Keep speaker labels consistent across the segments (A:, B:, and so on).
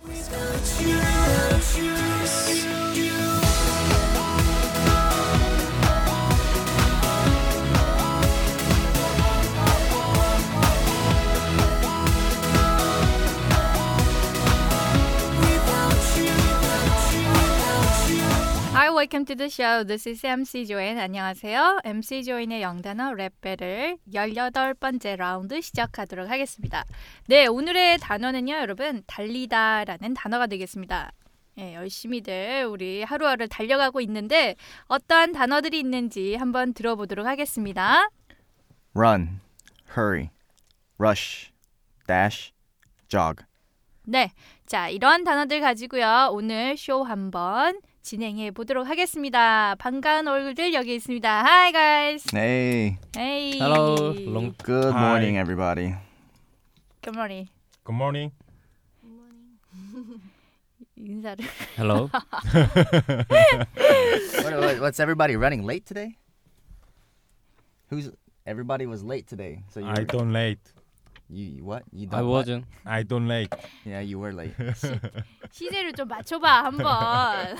A: 그
B: welcome to the show. This is MC 조인. 안녕하세요. MC 조인의 영단어 랩 배틀 18번째 라운드 시작하도록 하겠습니다. 네, 오늘의 단어는요, 여러분, 달리다라는 단어가 되겠습니다. 예, 열심히들 우리 하루하루를 달려가고 있는데 어떠한 단어들이 있는지 한번 들어보도록 하겠습니다.
C: run, hurry, rush, dash, jog.
B: 네. 자, 이런 단어들 가지고요. 오늘 쇼 한번 진행해 보도록 하겠습니다. 반가운 얼굴들 여기 있습니다. Hi guys.
C: Hey,
B: Hey.
D: Hello. Long-
C: good
D: Hi.
C: morning, everybody.
B: Good morning.
E: Good morning.
B: 인사를.
D: Hello.
C: What- what- what's everybody running late today? Who's everybody was late today? So you,
E: I
C: were-
E: don't late.
C: you you what? You
D: I
A: 아,
C: don't what?
D: wasn't.
E: I don't late.
C: Yeah, you were late.
B: 시제를 좀 맞춰 봐. 한번.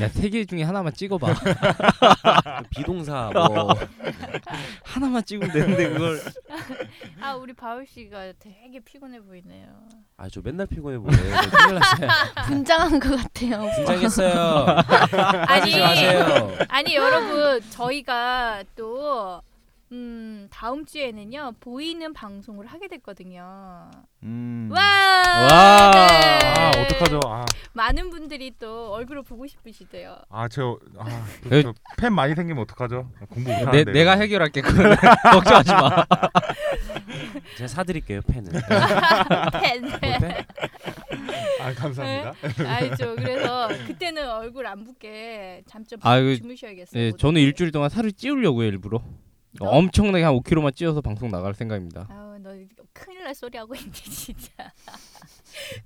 D: 야 세 개 중에 하나만 찍어봐.
A: 비동사 뭐
D: 하나만 찍으면 되는데 그걸.
B: 아, 우리 바울 씨가 되게 피곤해 보이네요.
A: 아 저 맨날 피곤해 보네.
D: 큰일 났어요.
B: 분장한 것 같아요.
A: 긴장했어요. 하지
B: 아니.
A: 마세요.
B: 아니, 여러분, 저희가 또 음, 다음 주에는요. 보이는 방송을 하게 됐거든요.
C: Mm.
B: 와!
D: 와.
E: 아
B: 네.
E: 어떡하죠? 아,
B: 많은 분들이 또 얼굴을 보고 싶으시대요.
C: 네.
D: 그-
E: 아저팬 많이 생기면 어떡하죠? 아, 공부
D: 내
E: 못하는데.
D: 내가 해결할게. 그걸 걱정하지 마.
A: 제가 사드릴게요 펜을.
B: 팬.
A: 볼펜?
E: 아 감사합니다.
B: 네? 알죠. 그래서 그때는 얼굴 안 붓게 잠좀
D: 아, 그-
B: 주무셔야겠어요.
D: 예,
B: 모두.
D: 저는 일주일 동안 살을 찌우려고요 일부러.
B: 너?
D: 엄청나게 한 5kg만 찌워서 방송 나갈 생각입니다.
B: 아우 너 큰일 날 소리 하고 있네 진짜.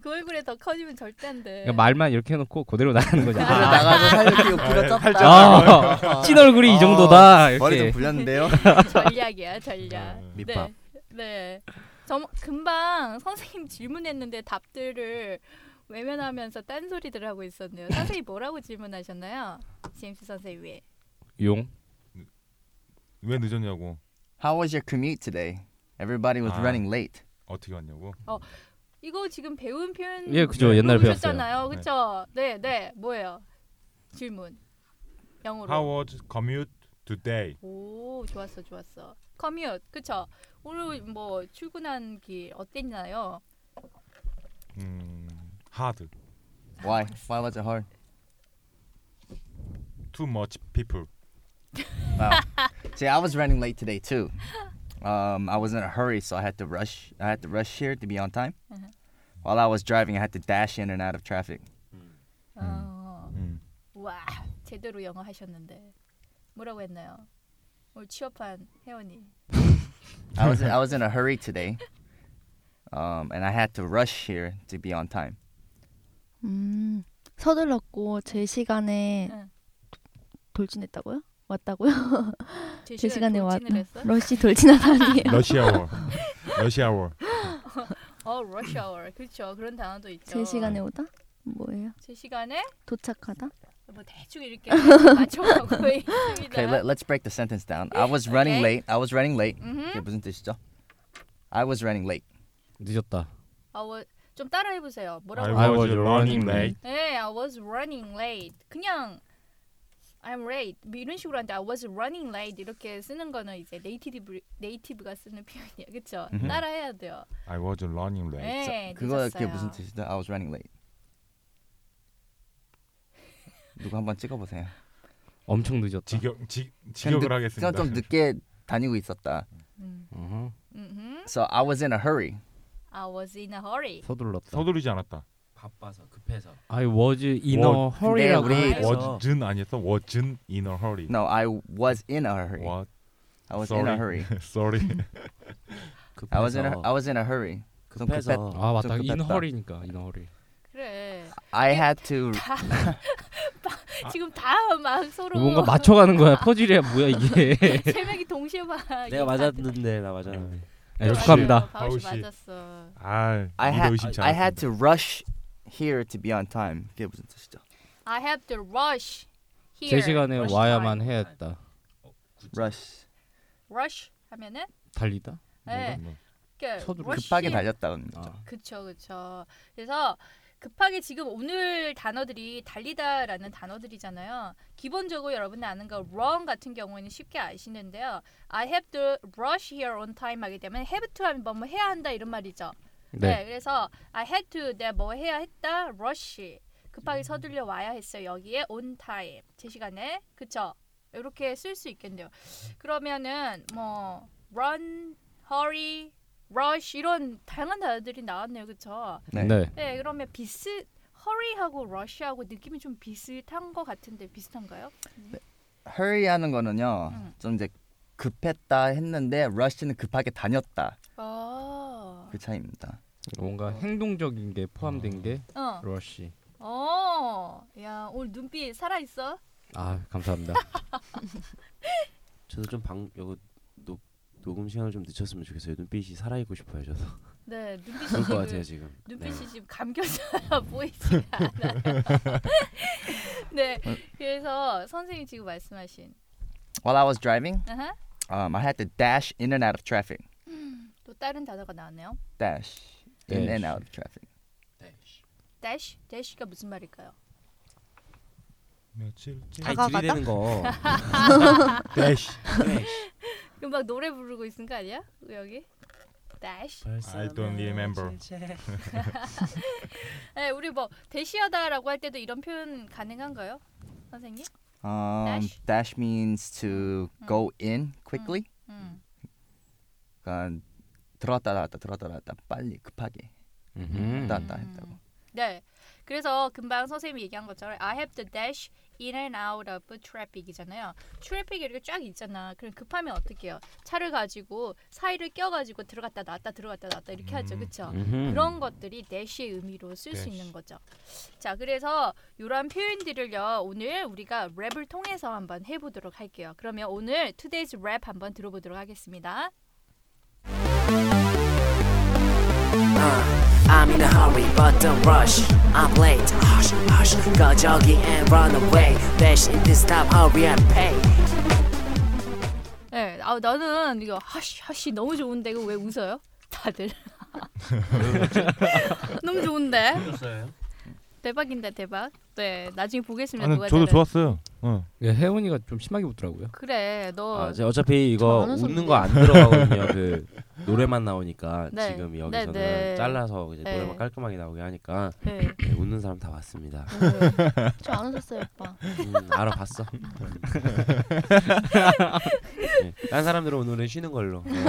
B: 그 얼굴에 더 커지면 절대 안 돼.
D: 그러니까 말만 이렇게 해놓고 그대로 나가는 거죠.
C: 그래, 나가서 살을 끼고 부가
E: 아,
C: 쪘다.
D: 아, 찐 얼굴이 이
A: 아,
D: 정도다.
C: 머리 좀
D: 이렇게.
C: 불렸는데요.
B: 전략이야 전략.
E: 아,
A: 밑밥.
B: 네. 네. 저 금방 선생님 질문했는데 답들을 외면하면서 딴소리들 하고 있었네요. 선생님 뭐라고 질문하셨나요? CMC 선생님 왜?
D: 용.
E: 왜 늦었냐고.
C: How was your commute today? Everybody was
E: Ah.
C: running late.
E: 어떻게 왔냐고.
B: 이거 지금 배운 표현
D: 예, 그죠. 옛날 배웠어요.
B: 배웠잖아요. 그렇죠? 네, 네. 뭐예요? 질문. 영어로.
E: How was commute today?
B: 오, 좋았어, 좋았어. 커뮤트. 그쵸 오늘 뭐 출근한 길 어땠나요?
E: 음, hard.
C: Why? Why was it hard?
E: Too much people.
C: Wow. See, I was running late today too. Um, I was in a hurry, so I had to rush. I had to rush here to be on time.
B: Mhm.
C: While I was driving, I had to dash in and out of traffic.
B: 어.
E: 음.
B: 와, 제대로 영어 하셨는데. 뭐라고 했나요? 오늘 취업한 혜원이.
C: I was I was in a hurry today, um, and I had to rush here to be on time.
F: 음, 서둘렀고 제 시간에
B: 응.
F: 돌진했다고요? 왔다고요?
B: 제
F: 제 시간에 왔
B: 돌진을 했어?
F: 러시 돌진하다니요.
E: 러시아워. 러시아워.
B: 어, 러시아워. 그렇죠. 그런 단어도 있죠.
F: 제 시간에 오다? 뭐예요?
B: 제 시간에
F: 도착하다?
B: 뭐 대충 이렇게 맞춰가고 있습니다.
C: Okay, let, let's break the sentence down. I was running
B: Okay. Mm-hmm.
C: late. I was running late.
B: 음.
C: Okay, 무슨 뜻이죠? I was running late.
D: 늦었다.
B: 아, 워- 좀 따라해 보세요.
E: I
B: 뭐라고?
D: I
E: was
D: was running
E: running late.
B: 네, I was running late. 그냥 I'm late 뭐 이런 식으로 하는데 I was running late 이렇게 쓰는 거는 이제 네이티브 네이티브가 쓰는 표현이야, 그렇죠?
C: 음흠.
B: 따라해야 돼요.
E: I was running late.
B: 네,
C: 그거 그게
B: 늦었어요.
C: 무슨 뜻이죠? I was running late. 누구 한번 찍어보세요.
D: 엄청 늦었다.
E: 직역 지, 직역을 하겠습니다.
C: 저는 좀 늦게 다니고 있었다.
B: 음,
D: 어허,
B: 음,
C: So I was in a hurry.
B: I was in a hurry.
D: 서둘렀다.
E: 서두르지 않았다.
A: 바빠서 급해서.
D: I was in a
E: Was-
D: hurry라고.
C: 근데 우리-
D: 해서
E: was는 아니었어? wasn't in a hurry.
C: No, I was in a hurry.
E: What?
C: I was in
E: Sorry.
C: a hurry.
E: Sorry.
A: 아,
C: I was in a I was in a hurry.
A: 그
C: 좀
A: 급해서.
D: 아 맞다.
C: 좀
D: in
C: 급했다.
D: hurry니까 in a hurry.
B: 그래.
C: I had to
B: 지금 다 막 서로
D: 아. 뭐 뭔가 맞춰가는 거야. 퍼즐이야 뭐야 이게.
B: 세 명이 동시에 막.
A: 아, 내가 맞았는데 나 맞았는데.
D: 네, 축하합니다.
B: 바울 씨
E: 바울 씨.
B: 맞았어.
E: 아,
C: I
E: 이거
C: had
E: 의심치
C: I had
E: 않았습니다.
C: to rush here to be on time. 그게 무슨 뜻이죠?
B: I have to rush here.
D: 제 시간에
B: Rush
D: 와야만
B: time.
D: 해야 했다.
C: rush.
B: Rush 하면은
D: 달리다.
B: 네.
E: 뭐,
B: 이렇게
D: 서두르-
B: rush
C: 급하게
B: here.
C: 달렸다는 거죠.
D: 아.
B: 그쵸 그쵸 그래서 급하게 지금 오늘 단어들이 달리다라는 단어들이잖아요. 기본적으로 여러분들 아는 거 run 같은 경우에는 쉽게 아시는데요. I have to rush here on time 하기 때문에 have to 하면 뭐, 뭐 해야 한다 이런 말이죠. 네. 그래서 I had to 내가 뭐 해야 했다 rush
A: 음.
B: 급하게 서둘려 와야 했어요 여기에 on time 제 시간에 그쵸 이렇게 쓸 수 있겠네요 그러면은 뭐 run hurry rush 이런 다양한 단어들이 나왔네요 그쵸
C: 네.
D: 네.
B: 네 그러면 비슷 hurry하고 rush하고 느낌이 좀 비슷한 것 같은데 비슷한가요?
C: hurry 하는 거는요.
B: 음.
C: 좀 이제 급했다 했는데 rush는 급하게 다녔다.
B: 아,
C: 그 차이입니다.
D: 뭔가 행동적인 게 포함된 게
B: 어,
D: 러쉬.
B: 어, 야 오늘 눈빛 살아 있어?
D: 아 감사합니다.
A: 저도 좀방 요거 녹 녹음 시간을 좀 늦췄으면 좋겠어요. 눈빛이 살아 있고 싶어요. 저도
B: 네,
A: 그럴
B: 눈빛이
A: 것
B: 지금
A: 같아요 지금.
B: 눈빛이
A: 네.
B: 지금 감겨져요 보이지가 않아요. 네, 그래서 선생님 지금 말씀하신
C: While I was driving,
B: 아하,
C: um, I had to dash in and out of traffic.
B: 또 다른 단어가 나왔네요.
C: Dash in
D: Dash.
C: and out of traffic.
B: dash, dash가 무슨 말일까요?
E: 며칠째
A: 아니
F: 다가가다?
A: 들이대는 거.
E: 대시
B: 그럼 막 노래 부르고 있는 거 아니야? 여기 dash.
E: I don't remember.
B: 네, 우리 뭐 대시하다라고 할 때도 이런 표현 가능한가요, 선생님?
C: Um,
B: Dash?
C: dash? means to go in quickly.
B: 음.
C: 그러니까 들어왔다 나왔다 들어왔다 나왔다 빨리 급하게
D: 음.
C: 왔다 갔다 했다고.
B: 네. 그래서 금방 선생님이 얘기한 것처럼 I have to dash in and out of traffic이잖아요. 트래픽이 이렇게 쫙 있잖아. 그럼 급하면 어떻게 해요? 차를 가지고 사이를 껴가지고 들어갔다 나왔다 들어갔다 나왔다 이렇게 하죠.
E: 음.
B: 그렇죠?
A: 음흠.
B: 그런 것들이 dash의 의미로 쓸 수
E: dash.
B: 있는 거죠. 자, 그래서 이러한 표현들을요. 오늘 우리가 랩을 통해서 한번 해보도록 할게요. 그러면 오늘 today's rap 한번 들어보도록 하겠습니다.
G: I'm in a hurry, but don't rush. I'm late. Hush, hush. Go jogging and run away. Dash in this time, hurry and pay.
B: 네, 아 나는 이거 하시 하시 너무 좋은데 이거 왜 웃어요? 다들 너무 좋은데 대박인데 대박. 네, 나중에 보겠습니다.
E: 아니,
B: 누가
E: 저도
B: 잘해.
E: 좋았어요. 응.
D: 예, 혜원이가 좀 심하게 웃더라고요.
B: 그래, 너
A: 아, 이제 어차피 이거
F: 저는
A: 웃는 거 안 들어가거든요. 그 노래만 나오니까
B: 네.
A: 지금
B: 네,
A: 여기서는
B: 네.
A: 잘라서 이제
B: 네.
A: 노래만 깔끔하게 나오게 하니까
B: 네.
A: 네, 웃는 사람 다 봤습니다.
F: 저 안 웃었어요, 오빠.
A: 음, 알아봤어. 네, 딴 사람들은 오늘은 쉬는 걸로. 네.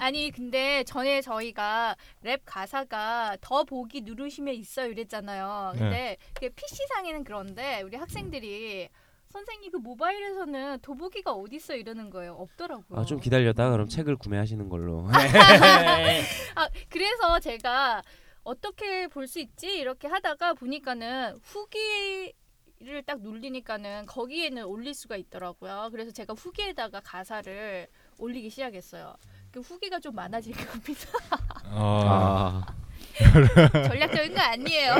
B: 아니 근데 전에 저희가 랩 가사가 더 보기 누르심에 있어
E: 네.
B: 이랬잖아요. 근데 그게 PC 상에는 그런데 우리 학생들이 선생님 그 모바일에서는 도보기가 어디 있어 이러는 거예요. 없더라고요.
A: 아, 좀 기다렸다 그럼 책을 구매하시는 걸로.
B: 아 그래서 제가 어떻게 볼 수 있지 이렇게 하다가 보니까는 후기를 딱 눌리니까는 거기에는 올릴 수가 있더라고요. 그래서 제가 후기에다가 가사를 올리기 시작했어요. 그 후기가 좀 많아질 겁니다.
E: 아,
B: 전략적인 거 아니에요.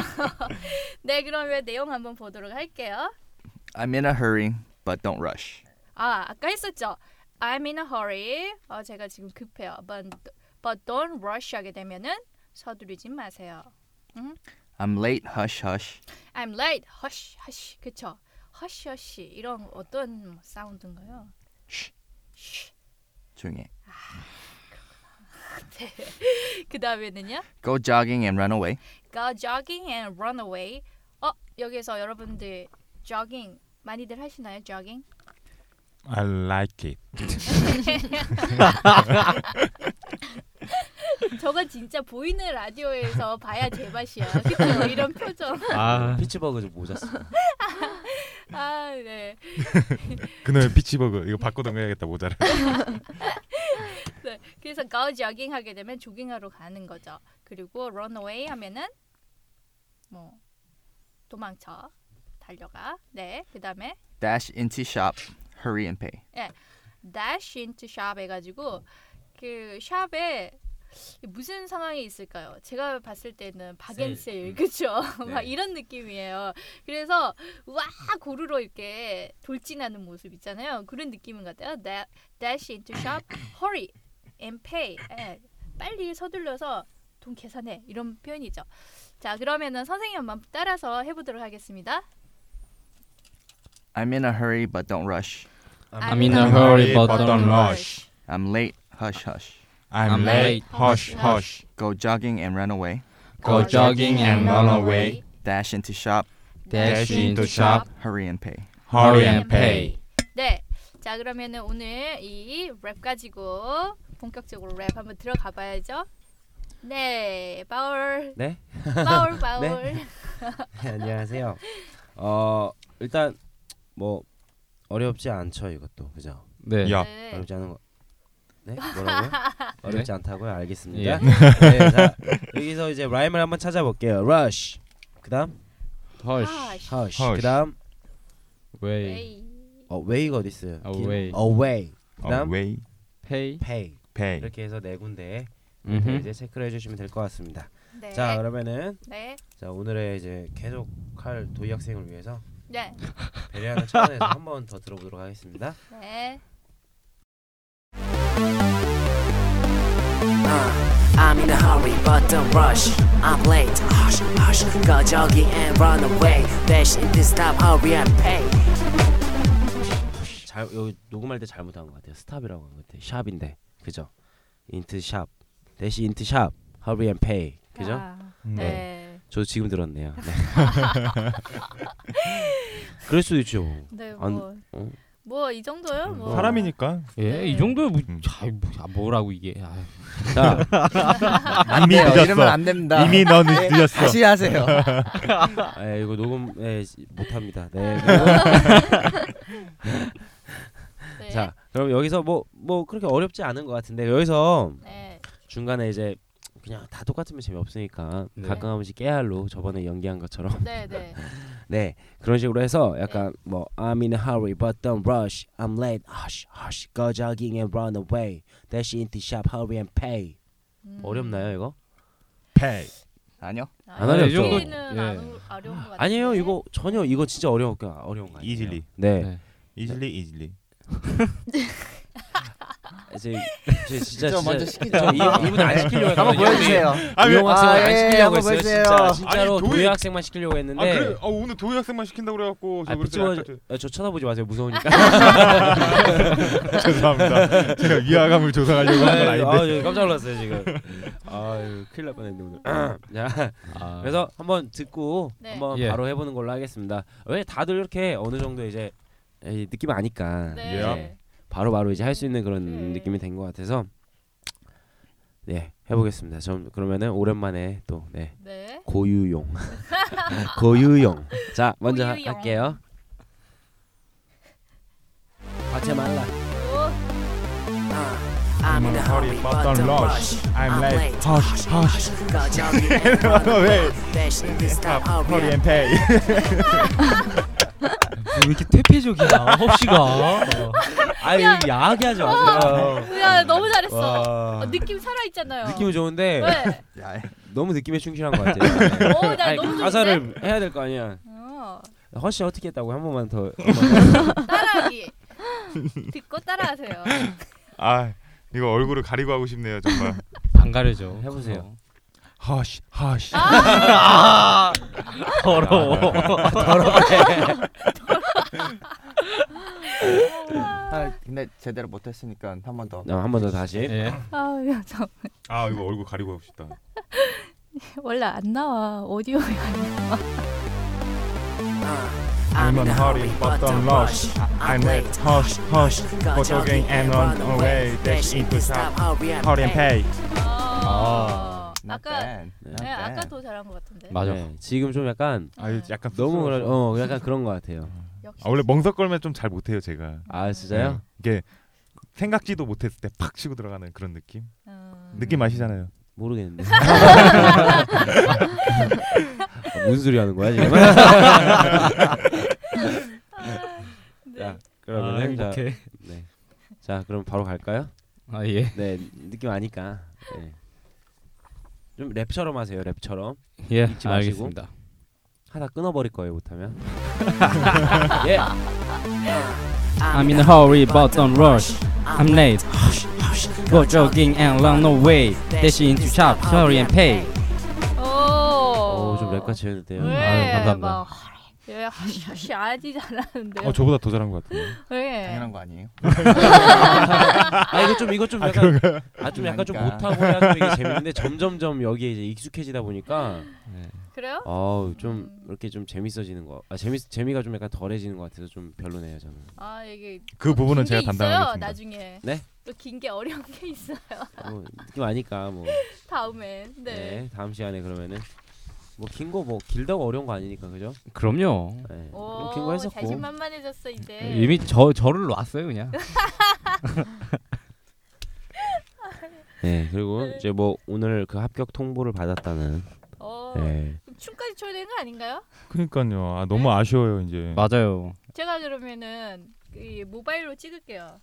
B: 네, 그러면 내용 한번 보도록 할게요.
C: I'm in a hurry, but don't rush.
B: 아, 아까 했었죠. I'm in a hurry. 어, 제가 지금 급해요. But, but don't rush 하게 되면은 서두르지 마세요.
C: I'm late. Hush, hush.
B: I'm late. 허쉬 허쉬 그쵸? 허쉬 허쉬 이런 어떤 사운드인가요?
C: 쉬.
B: 쉬.
C: 조용해.
B: 그 다음에는요.
C: Go jogging and run away.
B: Go jogging and run away. 어 여기서 여러분들 jogging 많이들 하시나요? jogging?
E: I like it.
B: 저건 진짜 보이는 라디오에서 봐야 제맛이야. 그쵸? 이런 표정.
D: 아,
A: 네, 피츠버그 좀 모자 쓰.
B: 아 네.
E: 그놈의 피치버그 이거 바꿔던가야겠다 모자를.
B: 네. 그래서 go jogging 하게 되면 조깅하러 가는 거죠. 그리고 run away 하면은 뭐 도망쳐 달려가. 네. 그 다음에
C: Dash into shop. Hurry and pay.
B: dash into shop 해가지고 그 샵에 무슨 상황이 있을까요? 제가 봤을 때는 박앤세일 그쵸? 막
A: 네.
B: 이런 느낌이에요. 그래서 와 고루로 이렇게 돌진하는 모습 있잖아요. 그런 느낌인 것 같아요. Da- dash into shop, hurry and pay. 예, 빨리 서둘러서 돈 계산해 이런 표현이죠. 자 그러면은 선생님 한번 따라서 해보도록 하겠습니다.
C: I'm in a hurry, but don't rush.
B: I'm in a hurry,
E: but don't rush.
C: I'm late, hush, hush.
E: I'm late. Hush, hush.
C: Go jogging and run away.
D: Go jogging and run away.
C: Dash into shop,
D: Dash into shop.
C: hurry and pay.
E: Hurry and pay.
B: 네. 자 그러면은 오늘 이 랩 가지고 본격적으로 랩 한번 들어가 봐야죠. 네, 바울,
A: 네?
B: 바울, 바울.
A: 안녕하세요. 어 일단 뭐 어렵지 않죠 이것도 그죠?
D: 네.
E: 야.
B: 네.
A: 어렵지 않은 거. 네? 뭐라고요? 어렵지 않다고요? 알겠습니다.
D: 네. 예.
A: 네, 자, 여기서 이제 라임을 한번 찾아볼게요. Rush. 그다음
B: 아,
A: 아,
D: Hush.
B: Hush.
A: Hush.
E: Hush.
A: 그다음
D: Way.
B: 에이.
A: 네. Away가 어디 있어요? 긴-
D: Away.
A: Away.
B: 네.
A: 그다음
E: Away.
D: Pay.
A: Pay.
E: Pay.
A: 이렇게 해서 네 군데
D: 예. 음흠.
A: 이제 체크를 해주시면 될 것 같습니다.
B: 네.
A: 자 그러면은
B: 네.
A: 자 오늘의 이제 계속 할 도희 학생을 위해서
B: 네.
A: 배려하는 차원에서 한 번 더 들어보도록 하겠습니다.
B: 네.
G: Uh, I'm in a hurry, but don't rush. I'm late, hush, hush. Go jogging and run away. Dash into stop, hurry and pay.
A: 잘 여기 녹음할 때 잘못한 것 같아요. 스탑이라고 한 것 같아요. 샵인데 그죠? 인트 샵 대시 인트 샵 hurry and pay 그죠?
B: 아,
E: 네.
B: 네.
A: 저 지금 들었네요. 네. 그럴 수도 있죠.
B: 네.
A: 안-
B: 뭐.
A: 어?
B: 뭐 이 정도요? 뭐.
E: 사람이니까
D: 예, 이 정도면 뭐, 자, 뭐, 아, 뭐라고 이게. 아유.
A: 자
E: 이미
C: 이러면
E: 늦었어.
C: 안 됩니다.
E: 이미 넌 늦었어.
C: 다시 하세요.
A: 에 예, 이거 녹음 에, 못합니다. 네.
B: 네.
A: 자 그럼 여기서 뭐 뭐 그렇게 어렵지 않은 것 같은데 여기서
B: 네.
A: 중간에 이제 그냥 다 똑같으면 재미없으니까
D: 네.
A: 가끔 한 번씩 깨알로 저번에 연기한 것처럼
B: 네, 네.
A: 네 그런 식으로 해서 약간 뭐 I'm in a hurry but don't rush I'm late hush hush go jogging and run away dash into shop hurry and pay
B: 음.
A: 어렵나요 이거?
E: Pay.
C: 아니요.
B: 아,
A: 안 어렵죠?
B: 이 정도는
D: 예.
B: 안 어- 어려운 것 같아요.
A: 아니에요 이거 전혀 이거 진짜 어려운 거 어려운 거 아니에요
E: Easily.
A: 네,
D: 네.
E: Easily, easily.
A: 이제, 이제 진짜
C: 직접 먼저 시키죠.
A: 저 이- 이분 안 시키려고
C: 한번
A: 했거든요.
C: 보여주세요.
A: 이
C: 왜-
A: 학생을
C: 아,
A: 안
C: 예,
A: 시키려고
C: 한번
A: 했어요
C: 보여주세요.
A: 진짜 진짜로
E: 아니, 도희-
A: 도희 학생만 시키려고 했는데
E: 아
C: 어,
E: 그래? 아 오늘 도희 학생만 시킨다고 그래갖고 저
A: 네. 아,
E: 그래서
A: 비추어-
E: 약간
A: 아, 저 쳐다보지 마세요 무서우니까
C: 아,
E: 좀- 죄송합니다. 제가 위화감을 조성하려고 한 건
C: 예,
A: 아유,
E: 아닌데.
C: 네.
A: 아유, 깜짝 놀랐어요 지금 아유 큰일 날 뻔했네 오늘
C: 음.
A: 자
D: 아,
A: 그래서 한번 듣고
B: 네.
A: 한번
D: 예.
A: 바로 해보는 걸로 하겠습니다 왜 다들 이렇게 어느 정도 이제 이 느낌 아니까
B: 네.
A: 이제 바로 바로 이제 할 수 있는 그런
B: 네.
A: 느낌이 된 것 같아서 네 해보겠습니다 좀 그러면은 오랜만에 또네
B: 네.
A: 고유용 고유용 자 먼저 하-
B: 고유용.
A: 할게요 과테말라
B: 오,
G: Uh, I'm in a hurry, but don't rush. I'm late, hush, hush. Go jogging and run away. Dash into stop, hurry and
E: pay.
D: 아. 왜 이렇게 퇴폐적이야, 홉씨가.
A: 아유 아, 야하게 하지 마세요
B: 야 너무 잘했어.
A: 와.
B: 어, 느낌 살아 있잖아요.
A: 느낌이 좋은데
B: 네.
C: 야,
A: 너무 느낌에 충실한 것 같아요.
B: 오, 어, 나
A: 아니,
B: 너무 좋은데.
A: 가사를 해야 될 거 아니야.
B: 어,
A: 허씨 어떻게 했다고 한 번만 더.
B: 따라하기. 듣고 따라하세요.
E: 아 이거 얼굴을 가리고 하고 싶네요 정말.
D: 안 가려져.
A: 해보세요.
E: Hush, hush.
D: 아, 더러워.
C: 아, 근데 제대로 못했으니까 한 번 더.
A: 어, 한 번 더 다시.
D: 예.
B: 아, 야, 저
E: 아 이거 얼굴 가리고 하고 싶다.
B: 원래 안 나와 오디오가.
G: I'm in a hurry, but don't rush. I'm late, hush, hush. Go jogging and run away. Dash into stop, hurry and pay.
B: 아.
C: Not
B: 아까
C: bad.
A: 네,
C: Not
B: 네,
C: bad.
B: 아까 더 잘한 것 같은데.
D: 맞아.
A: 네, 지금 좀 약간
E: 아 약간
A: 너무
E: 쑥스러워서.
A: 그런- 어 약간 그런 것 같아요.
B: 역시.
E: 아, 원래 멍석걸면 좀 잘 못해요 제가. 네.
A: 아 진짜요?
E: 이게 생각지도 못했을 때 팍 치고 들어가는 그런 느낌.
B: 음.
E: 느낌 아시잖아요.
A: 모르겠는데. 아, 무슨 소리 하는 거야 지금? 자
D: 아,
A: 그러면 자,
D: 행복해.
A: 네. 자 그럼 바로 갈까요?
D: 아, 예.
A: 네 느낌 아니까. 네. 좀 랩처럼 하세요 랩처럼.
D: 예,
A: 잊지 마시고.
D: 알겠습니다.
A: 하다 끊어버릴 거예요 못하면. 예.
G: I'm in a hurry, but don't rush. I'm late, hush, hush.
D: Go jogging and run away. Dash into shop, hurry and pay.
B: 오.
A: 어좀 랩같이 했는데요.
B: 왜?
D: 아유, 감사합니다.
B: 막 예, 하시 하시 아지 잘하는데.
E: 어 저보다 더 잘한 것 같은데.
B: 왜?
C: 당연한 거 아니에요?
A: 아 이거 좀 이거 좀 약간 아 좀 약간 좀
C: 그러니까.
A: 못하고 해야 이게 재밌는데 점점점 여기에 이제 익숙해지다 보니까
B: 그래요?
A: 어우 좀 이렇게 좀 재밌어지는 거. 아 재미 재미가 좀 약간 덜해지는 것 같아서 좀 별로네요 저는.
B: 아 이게
E: 그 부분은
B: 긴
E: 제가
B: 게 있어요.
E: 담당하겠습니다.
B: 나중에.
A: 네?
B: 또 긴 게 어려운 게 있어요.
A: 뭐 느낌 아니까 뭐.
B: 다음에.
A: 네.
B: 네.
A: 다음 시간에 그러면은 뭐 긴 거 뭐 길다고 어려운 거 아니니까 그죠?
D: 그럼요.
A: 네.
B: 오,
A: 긴거 했었고.
B: 자신만만해졌어 이제.
D: 이미 저 저를 놨어요 그냥.
A: 네 그리고
B: 네.
A: 이제 뭐 오늘 그 합격 통보를 받았다는.
B: 어,
A: 네.
B: 그럼 춤까지 춰야 되는 거 아닌가요?
E: 그러니까요. 아 너무 아쉬워요 이제.
D: 맞아요.
B: 제가 그러면은 이 모바일로 찍을게요.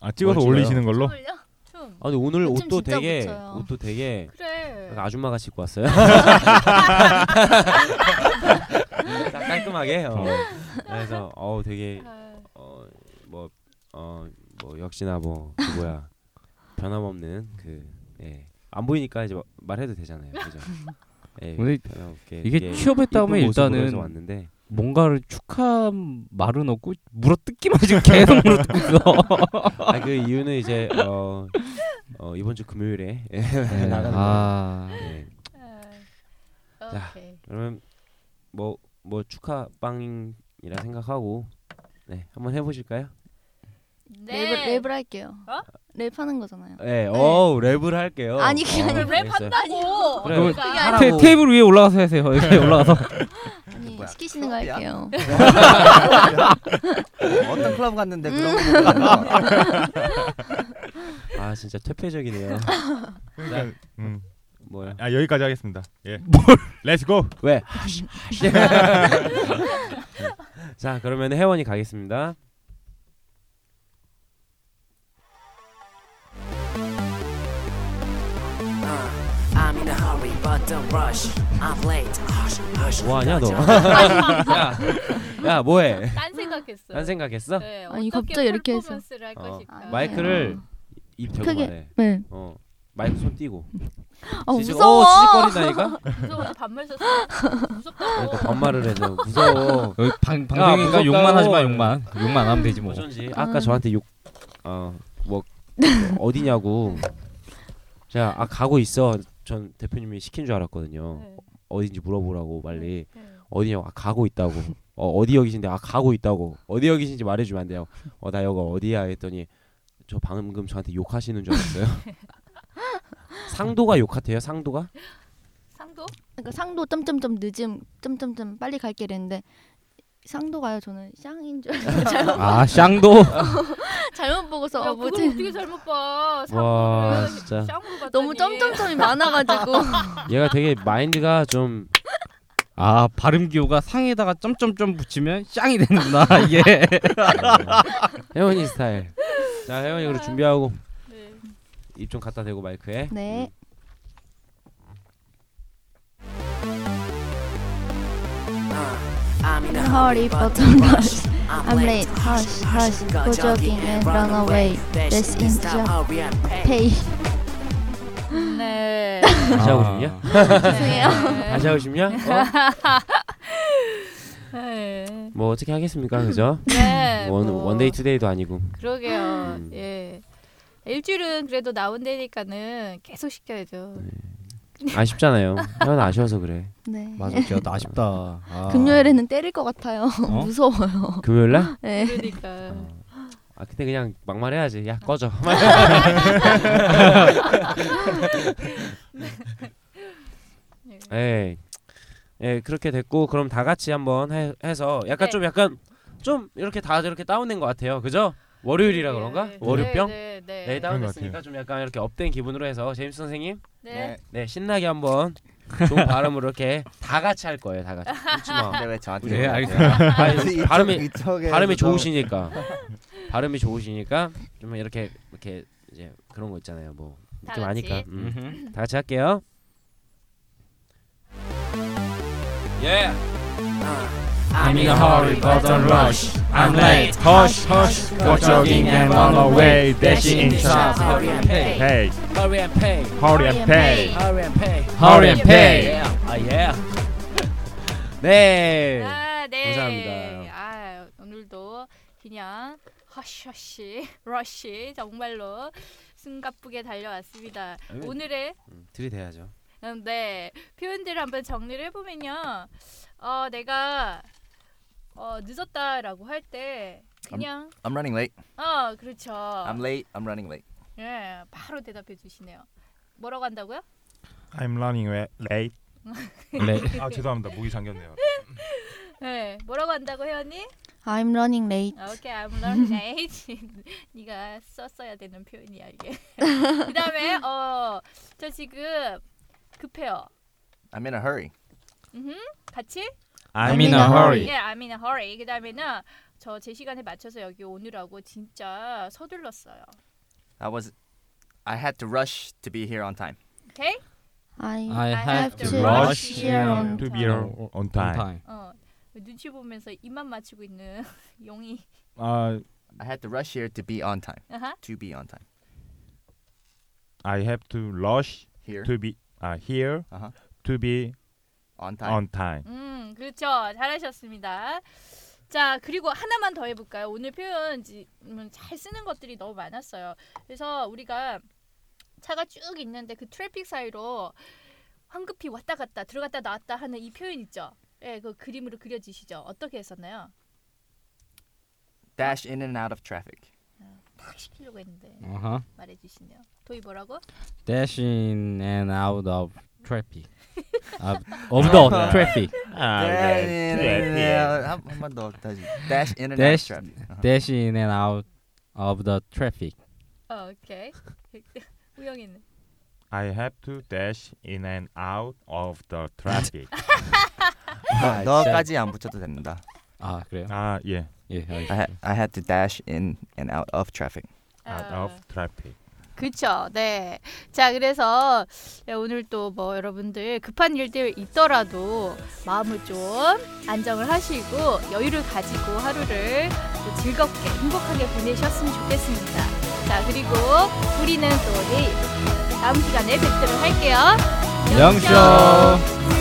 E: 아 찍어서
A: 뭘 찍어요?
E: 올리시는 걸로.
B: 춤을요? 춤.
A: 아 근데 오늘
F: 요즘
A: 옷도
F: 진짜
A: 되게
F: 붙여요.
A: 옷도 되게
B: 그래.
A: 약간 네. 아줌마 같이 입고 왔어요. 딱 깔끔하게. 어. 그래서 어우 되게
B: 아,
A: 어뭐어뭐 역시나 뭐 그 뭐야 변함없는 그, 그예안 보이니까 이제 마- 말해도 되잖아요. 그죠? 예.
D: 근데
A: 변함없게
D: 이게
A: 되게
D: 취업했다면
A: 이쁜 모습으로
D: 일단은
A: 해서 왔는데
D: 뭔가를 축하 말은 없고 물어뜯기만 지금 계속 물어뜯고 있어.
A: 아 그 이유는 이제 어, 어 이번 주 금요일에 예, 나가는 거예요.
D: 아,
A: 예.
B: 아, 오케이.
A: 그러면 뭐 뭐 축하 빵이라 생각하고 네 한번 해보실까요?
B: 네.
F: 랩을 랩을 할게요.
B: 어?
F: 랩하는 거잖아요.
A: 네, 어 랩을 할게요.
F: 아니, 그게
A: 어,
F: 아니라
A: 알겠어요.
B: 랩한다고.
A: 그래.
B: 그러니까.
F: 하라고.
D: 테, 테이블 위에 올라가서 하세요. 여기 올라가서.
F: 아니
C: 뭐야,
F: 시키시는 거
C: 클럽이야?
F: 할게요.
C: 어떤 클럽 갔는데 그런 거 몰라.
A: 아 진짜 퇴폐적이네요.
E: 그러니까 음.
A: 뭐야?
E: 아 여기까지 하겠습니다. 예.
D: 뭘?
E: 렛츠 고.
A: 왜? 네. 자 그러면 혜원이 가겠습니다.
G: I'm in a hurry, but don't rush. I'm late. Hush, hush.
A: 뭐하냐 너? 야 뭐해?
B: 딴 생각했어.
A: 난 생각했어?
B: 네,
F: 아니,
B: 어떻게
F: 갑자기 이렇게 해서.
B: 퍼포먼스를 할
A: 어,
B: 것일까?
A: 마이크를
D: 음.
A: 입 대고
F: 크게.
A: 말해.
F: 네.
A: 어 마이크 손 띄고.
F: 아
A: 지지-
F: 무서워.
A: 어 지직거린다니까?
B: 네, 무서워서 반말 썼어.
A: 그러니까
B: 무섭다고. 네,
A: 반말을 해서 무서워.
D: 여기 방, 방송이니까
A: 무섭다고.
D: 욕만 하지 마 욕만. 욕만 안 하면 되지 뭐.
A: 어쩐지 아까
F: 아.
A: 저한테 욕어뭐 어디냐고. 자, 아 가고 있어. 전 대표님이 시킨 줄 알았거든요.
B: 네.
A: 어딘지 물어보라고 빨리.
B: 네.
A: 어디냐고 아 가고 있다고 어 어디 여기신데 아 가고 있다고 어디 여기신지 말해주면 안 돼요 어 나 여기 어디야 했더니 저 방금 저한테 욕하시는 줄 알았어요 상도가 욕같아요 상도가
B: 상도?
F: 그러니까 상도 점점점 늦음 점점점 빨리 갈게 이랬는데 상도 가요 저는 샹인 줄 알고 잘못
D: 아 샹도.
F: 잘못 보고서
B: 야,
F: 어,
B: 그걸
F: 뭐지?
B: 어떻게 잘못 봐.
A: 와
B: 상도를
A: 진짜
B: 쌍으로 봤더니.
F: 너무 점점점이 많아가지고
A: 얘가 되게 마인드가 좀
D: 아 발음 기호가 상에다가 점점점 붙이면 샹이 되는구나 이게.
A: 혜원이 스타일 자 혜원이 그럼 준비하고
B: 네.
A: 입 좀 갖다 대고 마이크에
F: 네.
G: uh, I'm in a
F: Hurry,
G: hurry,
F: but
G: but
F: don't
G: don't
F: rush.
G: rush.
F: I'm late. Hush, hush. Go jogging and run away. Let's
G: Dash into
F: into
G: shop, hurry and pay.
F: 페이.
B: 네.
A: 다시 하고 싶냐
B: 아. 죄송해요.
A: 다시 하고 싶냐 어?
B: 네.
A: 뭐 어떻게 하겠습니까 그죠
B: 네.
A: 원
B: 뭐,
A: 원데이 투데이도 아니고
B: 그러게요.
A: 음.
B: 예. 일주일은 그래도 나온다니까는 계속 시켜야죠.
A: 네. 아쉽잖아요 혜원 아쉬워서 그래
F: 네.
D: 맞아, 진짜 아쉽다. 아.
F: 금요일에는 때릴 것 같아요.
B: 어?
F: 무서워요.
A: 금요일날
F: 네.
B: 그러니까.
A: 아 근데 그냥 막말 해야지.
B: 아.
A: 야 꺼져. 예. 예 그렇게 됐고 그럼 다 같이 한번 해, 해서 약간
B: 네.
A: 좀 약간 좀 이렇게 다 이렇게 다운된 것 같아요. 그죠? 월요일이라 그런가?
B: 네.
A: 월요병? 네,
B: 네, 네. 네.
E: 그런 것
A: 다운됐으니까 좀 약간 이렇게 업된 기분으로 해서 제임스 선생님
B: 네.
A: 네 신나게 한번 좋은 발음으로 이렇게 다 같이 할 거예요. 다 같이. 웃지 마.
C: 근데 왜 저한테?
D: 네,
C: 그래요?
D: 알겠습니다.
A: 아니,
C: 이쪽-
A: 발음이
C: 이쪽에서도-
A: 발음이 좋으시니까 발음이 좋으시니까 좀 이렇게 이렇게 이제 그런 거 있잖아요 뭐
B: 다
A: 느낌
B: 같이.
A: 아니까 음. 다 같이 할게요 예
G: Uh, I'm in a hurry, but don't rush. I'm late.
E: Hush, hush. Go jogging and run away.
A: 네.
E: Dashing in
G: traffic.
E: traffic.
G: Hurry and pay.
E: Hey,
A: Hurry and pay.
E: hurry and pay.
A: Hurry and pay.
E: Hurry and pay.
A: Yeah. 아 예. 네.
B: 아, 네.
A: 감사합니다.
B: 아, 오늘도 그냥 허쉬허쉬 러쉬 정말로 숨가쁘게 달려왔습니다.
A: 음.
B: 오늘의
A: 들이대야죠.
B: 음, 네 표현들을 한번 정리를 해보면요. 어, 내가 어, 늦었다라고 할 때 그냥
C: I'm running late.
B: 어 그렇죠.
C: I'm late. I'm running late.
B: 예 바로 대답해 주시네요. 뭐라고 한다고요?
E: I'm running wa- late.
D: 네.
E: 아 죄송합니다. 목이 잠겼네요.
B: 네 뭐라고 한다고 회원님?
F: I'm running late.
B: 아, 오케이 I'm running late. 네가 썼어야 되는 표현이야 이게. 그다음에 어저 지금 급해요.
C: I'm in a hurry.
B: 같이?
F: I'm in a hurry.
B: 예, I'm in a hurry. 그다음에는 저 제 시간에 맞춰서 여기 오느라고 진짜 서둘렀어요.
C: I was. I had to rush to be here on time.
B: 오케이?
F: I
B: 아,
D: I
F: have
B: to
F: to rush here on
E: To
F: time.
E: be on, on time.
B: 어. 눈치 보면서 입만 맞추고 있는 용이.
E: 아
C: I had to rush here to be on time.
B: 아하.
C: To be on time.
E: I have to rush
C: Here.
E: to be 아 here
C: Uh-huh.
E: to be
C: On time.
E: on time.
B: 음, 그렇죠. 잘하셨습니다. 자, 그리고 하나만 더 해볼까요? 오늘 표현 지- 음, 잘 쓰는 것들이 너무 많았어요. 그래서 우리가 차가 쭉 있는데 그 트래픽 사이로 황급히 왔다 갔다 들어갔다 나왔다 하는 이 표현 있죠? 예, 그 그림으로 그려지시죠? 어떻게 했었나요?
C: Dash in and out of traffic.
B: 딱 시키려고 했는데
D: 어허.
B: 말해주시네요. 도희 뭐라고?
D: Uh-huh. Dash in and out of traffic. 아, of the traffic.
E: 아, 네.
C: Dash in and out- 한- 한번 더 다시. Dash in and
D: Dash-
C: out of traffic. Uh-huh.
D: Dash in and out of the traffic.
B: 어, 오케이. 우영이는?
E: I have to dash in and out of the traffic.
C: 너- 너까지 안 붙여도 됩니다.
D: 아 그래요?
E: 아 예.
D: 예. 알겠습니다.
C: I, ha- I had to dash in and out of traffic.
E: Out
B: 어,
E: of traffic.
B: 그쵸, 네. 자, 그래서 오늘 또 뭐 여러분들 급한 일들 있더라도 마음을 좀 안정을 하시고 여유를 가지고 하루를 또 즐겁게 행복하게 보내셨으면 좋겠습니다. 자, 그리고 우리는 또 내일 다음 시간에 뵙도록 할게요.
D: 영쇼.
G: We